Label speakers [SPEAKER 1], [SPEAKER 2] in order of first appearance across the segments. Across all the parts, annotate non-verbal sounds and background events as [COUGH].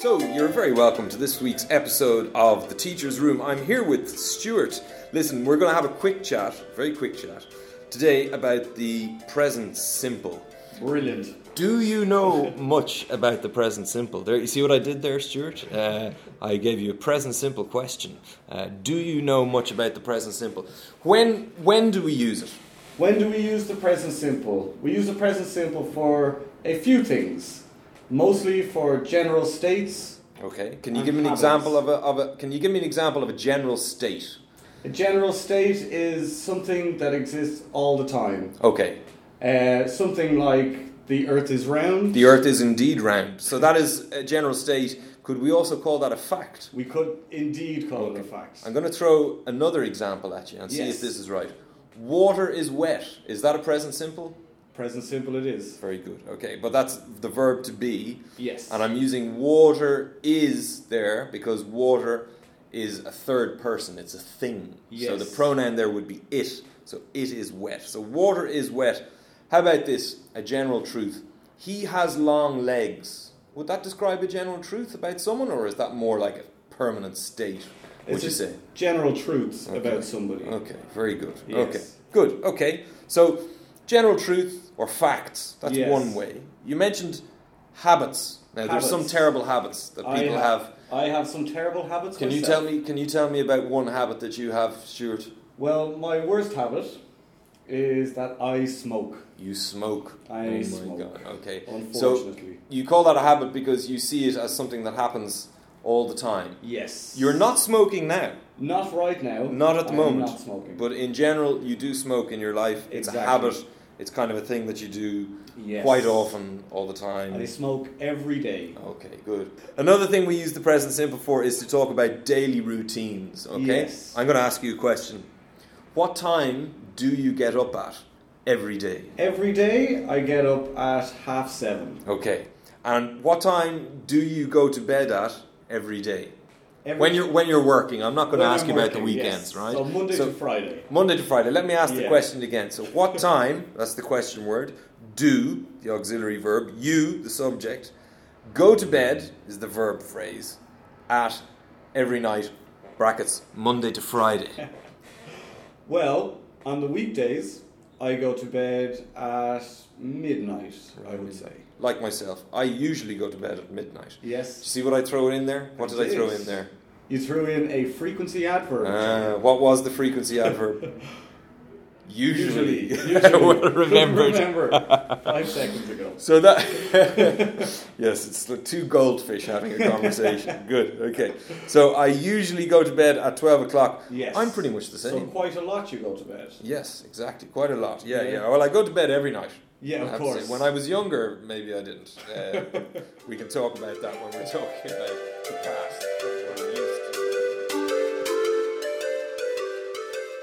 [SPEAKER 1] So, you're very welcome to this week's episode of The Teacher's Room. I'm here with Stuart. Listen, we're going to have a quick chat, very quick chat, today about the present simple.
[SPEAKER 2] Brilliant.
[SPEAKER 1] Do you know [LAUGHS] much about the present simple? There, you see what I did there, Stuart? Uh, I gave you a present simple question. Uh, do you know much about the present simple? When when do we use it?
[SPEAKER 2] When do we use the present simple? We use the present simple for a few things, mostly for general states.
[SPEAKER 1] Okay. Can you
[SPEAKER 2] On
[SPEAKER 1] give me an
[SPEAKER 2] habits.
[SPEAKER 1] example of a, of a Can you give me an example of a general state?
[SPEAKER 2] A general state is something that exists all the time.
[SPEAKER 1] Okay.
[SPEAKER 2] Uh, something like the earth is round.
[SPEAKER 1] The Earth is indeed round. So that is a general state. Could we also call that a fact?
[SPEAKER 2] we could indeed call it a fact.
[SPEAKER 1] I'm going to throw another example at you and see if
[SPEAKER 2] Yes.
[SPEAKER 1] this is right. Water is wet. Is that a present simple?
[SPEAKER 2] Present simple it is.
[SPEAKER 1] Very good. Okay, but that's the verb to be.
[SPEAKER 2] Yes.
[SPEAKER 1] And I'm using water is there because water is a third person, it's a thing. So
[SPEAKER 2] Yes.
[SPEAKER 1] the pronoun there would be it. So it is wet. So water is wet. How about this? A general truth. He has long legs. Would that describe a general truth about someone, or is that more like a permanent state? Would
[SPEAKER 2] it's
[SPEAKER 1] you
[SPEAKER 2] just
[SPEAKER 1] say?
[SPEAKER 2] general truths
[SPEAKER 1] Okay. Uh.
[SPEAKER 2] about somebody.
[SPEAKER 1] Okay, very good.
[SPEAKER 2] Yes.
[SPEAKER 1] Okay, good. Okay, so general truth or facts, that's
[SPEAKER 2] Yes.
[SPEAKER 1] one way. You mentioned habits. Now, there's some
[SPEAKER 2] Habits.
[SPEAKER 1] terrible habits that
[SPEAKER 2] I
[SPEAKER 1] people
[SPEAKER 2] have-
[SPEAKER 1] have.
[SPEAKER 2] I have some terrible habits.
[SPEAKER 1] Can you
[SPEAKER 2] myself.
[SPEAKER 1] tell me? Can you tell me about one habit that you have, Stuart?
[SPEAKER 2] Well, my worst habit is that I smoke.
[SPEAKER 1] You smoke.
[SPEAKER 2] I
[SPEAKER 1] oh my
[SPEAKER 2] smoke.
[SPEAKER 1] god. Okay. So
[SPEAKER 2] Unfortunately.
[SPEAKER 1] you call that a habit because you see it as something that happens all the time.
[SPEAKER 2] yes.
[SPEAKER 1] You're not smoking now,
[SPEAKER 2] Not right now.
[SPEAKER 1] Not at the
[SPEAKER 2] I am
[SPEAKER 1] moment.
[SPEAKER 2] Not smoking.
[SPEAKER 1] but in general, you do smoke in your life. It's a
[SPEAKER 2] Exactly.
[SPEAKER 1] habit. It's kind of a thing that you do
[SPEAKER 2] Yes.
[SPEAKER 1] quite often, all the time.
[SPEAKER 2] I smoke every day.
[SPEAKER 1] Okay, good. Another thing we use the present simple for is to talk about daily routines, okay?
[SPEAKER 2] Yes.
[SPEAKER 1] I'm going to ask you a question. What time do you get up at every day?
[SPEAKER 2] Every day I get up at half seven.
[SPEAKER 1] Okay. And what time do you go to bed at every day?
[SPEAKER 2] Every
[SPEAKER 1] When you're when you're working. I'm not going to
[SPEAKER 2] when
[SPEAKER 1] ask
[SPEAKER 2] I'm
[SPEAKER 1] you about the
[SPEAKER 2] working,
[SPEAKER 1] weekends,
[SPEAKER 2] yes.
[SPEAKER 1] right?
[SPEAKER 2] So Monday
[SPEAKER 1] So
[SPEAKER 2] to Friday.
[SPEAKER 1] Monday to Friday. Let me ask the
[SPEAKER 2] Yeah.
[SPEAKER 1] question again. So
[SPEAKER 2] [LAUGHS]
[SPEAKER 1] what time, that's the question word, do, the auxiliary verb, you, the subject, go to bed is the verb phrase at every night, brackets, Monday to Friday.
[SPEAKER 2] [LAUGHS] Well, on the weekdays I go to bed at midnight. I would say.
[SPEAKER 1] Like myself, I usually go to bed at midnight. You
[SPEAKER 2] Yes.
[SPEAKER 1] see what I throw in there? What did I throw in there?
[SPEAKER 2] You threw in a frequency adverb.
[SPEAKER 1] Uh, what was the frequency
[SPEAKER 2] [LAUGHS]
[SPEAKER 1] adverb? Usually. [LAUGHS]
[SPEAKER 2] usually.
[SPEAKER 1] well remembered. [LAUGHS]
[SPEAKER 2] Remember. Five seconds ago.
[SPEAKER 1] So that [LAUGHS] yes, it's the two goldfish having a
[SPEAKER 2] [LAUGHS]
[SPEAKER 1] conversation. Good. Okay. So I usually go to bed at twelve o'clock.
[SPEAKER 2] Yes.
[SPEAKER 1] I'm pretty much the
[SPEAKER 2] So
[SPEAKER 1] same.
[SPEAKER 2] quite a lot you go to bed.
[SPEAKER 1] yes, exactly. Quite a lot. Yeah, yeah,
[SPEAKER 2] Yeah.
[SPEAKER 1] Well, I go to bed every night.
[SPEAKER 2] Yeah,
[SPEAKER 1] I
[SPEAKER 2] of
[SPEAKER 1] have to say.
[SPEAKER 2] course.
[SPEAKER 1] When I was younger, maybe I didn't. Uh, but we can talk about that when we're talking about the past. what we used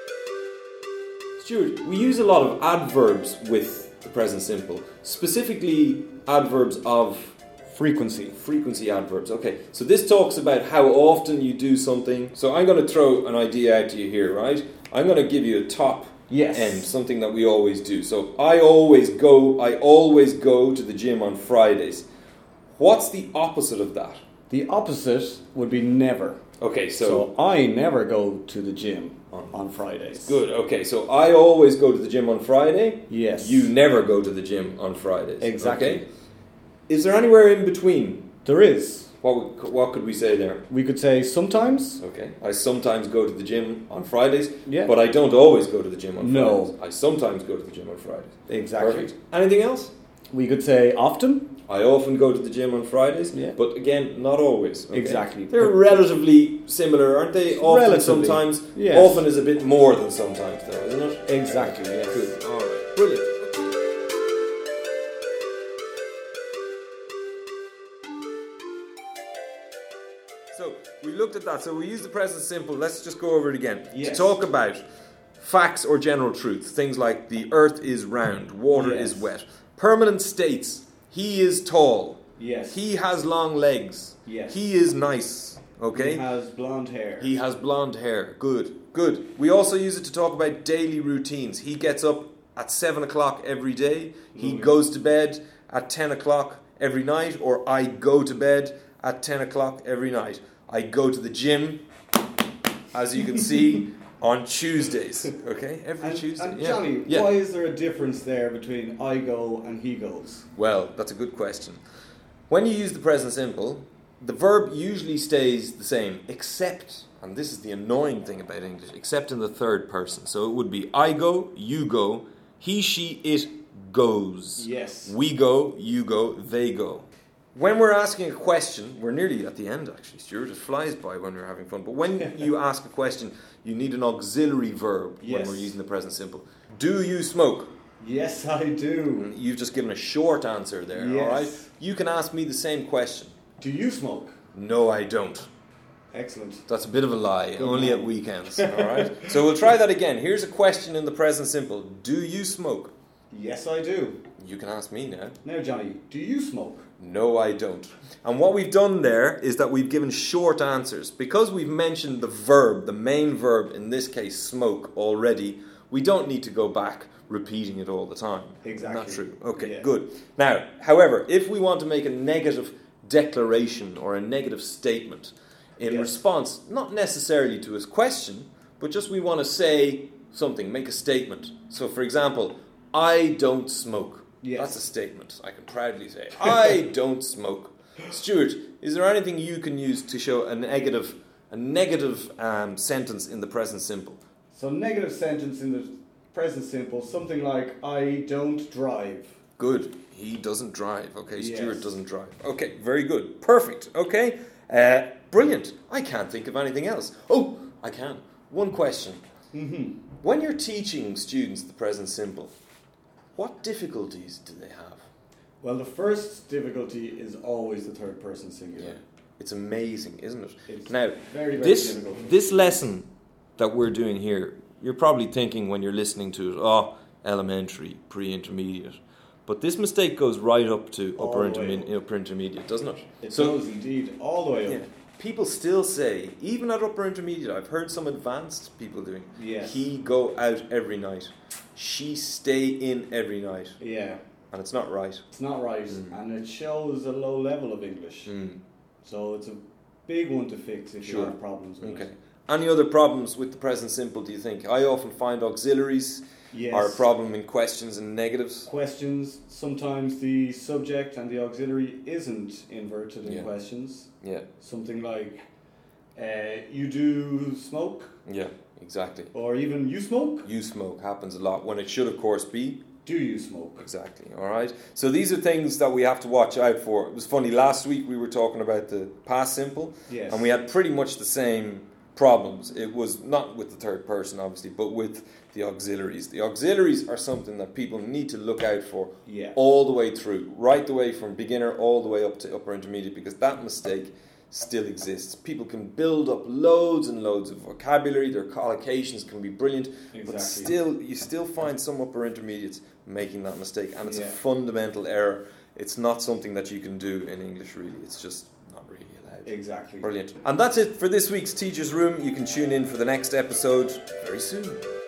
[SPEAKER 1] to. Stuart, we use a lot of adverbs with the present simple, specifically adverbs of
[SPEAKER 2] Frequency.
[SPEAKER 1] frequency adverbs. Okay, so this talks about how often you do something. So I'm going to throw an idea out to you here, right? I'm going to give you a top
[SPEAKER 2] Yes.
[SPEAKER 1] end, something that we always do. So I always go, I always go to the gym on Fridays. What's the opposite of that?
[SPEAKER 2] The opposite would be never.
[SPEAKER 1] Okay, so,
[SPEAKER 2] So I never go to the gym on, on Fridays.
[SPEAKER 1] good. Okay, so I always go to the gym on Friday.
[SPEAKER 2] Yes.
[SPEAKER 1] You never go to the gym on Fridays.
[SPEAKER 2] Exactly.
[SPEAKER 1] Okay? Is there anywhere in between?
[SPEAKER 2] There is.
[SPEAKER 1] What would, what could we say there?
[SPEAKER 2] We could say sometimes.
[SPEAKER 1] Okay. I sometimes go to the gym on Fridays,
[SPEAKER 2] Yeah.
[SPEAKER 1] but I don't always go to the gym on
[SPEAKER 2] No.
[SPEAKER 1] Fridays. I sometimes go to the gym on Fridays.
[SPEAKER 2] Exactly.
[SPEAKER 1] Perfect. Anything else?
[SPEAKER 2] We could say often.
[SPEAKER 1] I often go to the gym on Fridays,
[SPEAKER 2] Yeah.
[SPEAKER 1] but again, not always. okay?
[SPEAKER 2] Exactly.
[SPEAKER 1] They're relatively similar, aren't they? Often,
[SPEAKER 2] Relatively,
[SPEAKER 1] sometimes.
[SPEAKER 2] yes.
[SPEAKER 1] Often is a bit more than sometimes, though, isn't it?
[SPEAKER 2] Exactly, yes.
[SPEAKER 1] Good. All right. Brilliant. So we we looked at that. So we use the present simple. Let's just go over it again. To
[SPEAKER 2] Yes.
[SPEAKER 1] talk about facts or general truths, things like the earth is round, water is
[SPEAKER 2] Yes.
[SPEAKER 1] wet, permanent states. He is tall.
[SPEAKER 2] Yes.
[SPEAKER 1] He has long legs.
[SPEAKER 2] Yes.
[SPEAKER 1] He is nice. Okay.
[SPEAKER 2] He has blonde hair.
[SPEAKER 1] He has blonde hair. Good, good. We also use it to talk about daily routines. He gets up at seven o'clock every day. He
[SPEAKER 2] Lovely.
[SPEAKER 1] goes to bed at ten o'clock every night, or I go to bed at ten o'clock every night. I go to the gym, as you can
[SPEAKER 2] [LAUGHS]
[SPEAKER 1] see, on Tuesdays. Okay, every
[SPEAKER 2] and,
[SPEAKER 1] Tuesday.
[SPEAKER 2] and
[SPEAKER 1] yeah.
[SPEAKER 2] Johnny,
[SPEAKER 1] yeah.
[SPEAKER 2] why is there a difference there between I go and he goes?
[SPEAKER 1] Well, that's a good question. When you use the present simple, the verb usually stays the same, except, and this is the annoying thing about English, except in the third person. So it would be I go, you go, he, she, it goes.
[SPEAKER 2] Yes.
[SPEAKER 1] We go, you go, they go. When we're asking a question, we're nearly at the end actually, Stuart. It flies by when we're having fun. But
[SPEAKER 2] [LAUGHS]
[SPEAKER 1] when you ask a question, you need an auxiliary verb when
[SPEAKER 2] Yes.
[SPEAKER 1] we're using the present simple. Do you smoke?
[SPEAKER 2] Yes, I do.
[SPEAKER 1] You've just given a short answer there,
[SPEAKER 2] Yes.
[SPEAKER 1] all right? You can ask me the same question.
[SPEAKER 2] Do you smoke?
[SPEAKER 1] No, I don't.
[SPEAKER 2] Excellent.
[SPEAKER 1] That's a bit of a lie,
[SPEAKER 2] Good
[SPEAKER 1] only
[SPEAKER 2] man.
[SPEAKER 1] at weekends, all right? So we'll try that again. Here's a question in the present simple Do you smoke?
[SPEAKER 2] Yes, I do.
[SPEAKER 1] You can ask me now.
[SPEAKER 2] Now, Johnny, do you smoke?
[SPEAKER 1] No, I don't. And what we've done there is that we've given short answers. Because we've mentioned the verb, the main verb, in this case, smoke, already, we don't need to go back repeating it all the time.
[SPEAKER 2] Exactly.
[SPEAKER 1] Not true. Okay,
[SPEAKER 2] Yeah.
[SPEAKER 1] good. Now, however, if we want to make a negative declaration or a negative statement in
[SPEAKER 2] Yes.
[SPEAKER 1] response, not necessarily to his question, but just we want to say something, make a statement. So, for example, I don't smoke.
[SPEAKER 2] Yes.
[SPEAKER 1] That's a statement I can proudly say.
[SPEAKER 2] [LAUGHS]
[SPEAKER 1] I don't smoke. Stuart, is there anything you can use to show a negative, a negative um, sentence in the present simple?
[SPEAKER 2] So, negative sentence in the present simple, something like I don't drive.
[SPEAKER 1] Good. He doesn't drive. Okay,
[SPEAKER 2] Yes.
[SPEAKER 1] Stuart doesn't drive. Okay, very good. Perfect. Okay, uh, brilliant. I can't think of anything else. Oh, I can. One question.
[SPEAKER 2] Mm-hmm.
[SPEAKER 1] When you're teaching students the present simple, what difficulties do they have?
[SPEAKER 2] Well, the first difficulty is always the third person singular.
[SPEAKER 1] It's amazing, isn't it?
[SPEAKER 2] It's
[SPEAKER 1] now,
[SPEAKER 2] very, very
[SPEAKER 1] this,
[SPEAKER 2] difficult.
[SPEAKER 1] this lesson that we're doing here, you're probably thinking when you're listening to it, oh, elementary, pre intermediate. But this mistake goes right up to
[SPEAKER 2] All
[SPEAKER 1] upper,
[SPEAKER 2] the way
[SPEAKER 1] intermi- upper intermediate, doesn't it?
[SPEAKER 2] It
[SPEAKER 1] So-
[SPEAKER 2] goes indeed all the way
[SPEAKER 1] Yeah.
[SPEAKER 2] up.
[SPEAKER 1] People still say, even at upper intermediate, I've heard some advanced people doing.
[SPEAKER 2] Yes.
[SPEAKER 1] He go out every night. She stay in every night,
[SPEAKER 2] Yeah.
[SPEAKER 1] and it's not right.
[SPEAKER 2] It's not right,
[SPEAKER 1] Mm.
[SPEAKER 2] and it shows a low level of English. So it's a big one to fix if
[SPEAKER 1] Sure.
[SPEAKER 2] you have problems with
[SPEAKER 1] Okay.
[SPEAKER 2] it.
[SPEAKER 1] Any other problems with the present simple? Do you think? I often find auxiliaries
[SPEAKER 2] Yes.
[SPEAKER 1] are a problem in questions and negatives.
[SPEAKER 2] Questions. Sometimes the subject and the auxiliary isn't inverted in
[SPEAKER 1] Yeah.
[SPEAKER 2] questions.
[SPEAKER 1] Yeah.
[SPEAKER 2] Something like, uh, "You do smoke,"
[SPEAKER 1] Yeah. Exactly.
[SPEAKER 2] or even "You smoke."
[SPEAKER 1] You smoke happens a lot when it should, of course, be
[SPEAKER 2] Do you smoke?
[SPEAKER 1] Exactly. All right. So these are things that we have to watch out for. It was funny last week we were talking about the past simple,
[SPEAKER 2] Yes.
[SPEAKER 1] and we had pretty much the same problems. It was not with the third person, obviously, but with the auxiliaries. The auxiliaries are something that people need to look out for
[SPEAKER 2] Yeah.
[SPEAKER 1] all the way through, right the way from beginner all the way up to upper intermediate, because that mistake still exists. People can build up loads and loads of vocabulary. Their collocations can be brilliant,
[SPEAKER 2] Exactly.
[SPEAKER 1] but still, you still find some upper intermediates making that mistake, and it's a
[SPEAKER 2] Yeah.
[SPEAKER 1] fundamental error. It's not something that you can do in English, really. It's just not really allowed.
[SPEAKER 2] Exactly.
[SPEAKER 1] Brilliant. And that's it for this week's Teacher's Room. You can tune in for the next episode very soon.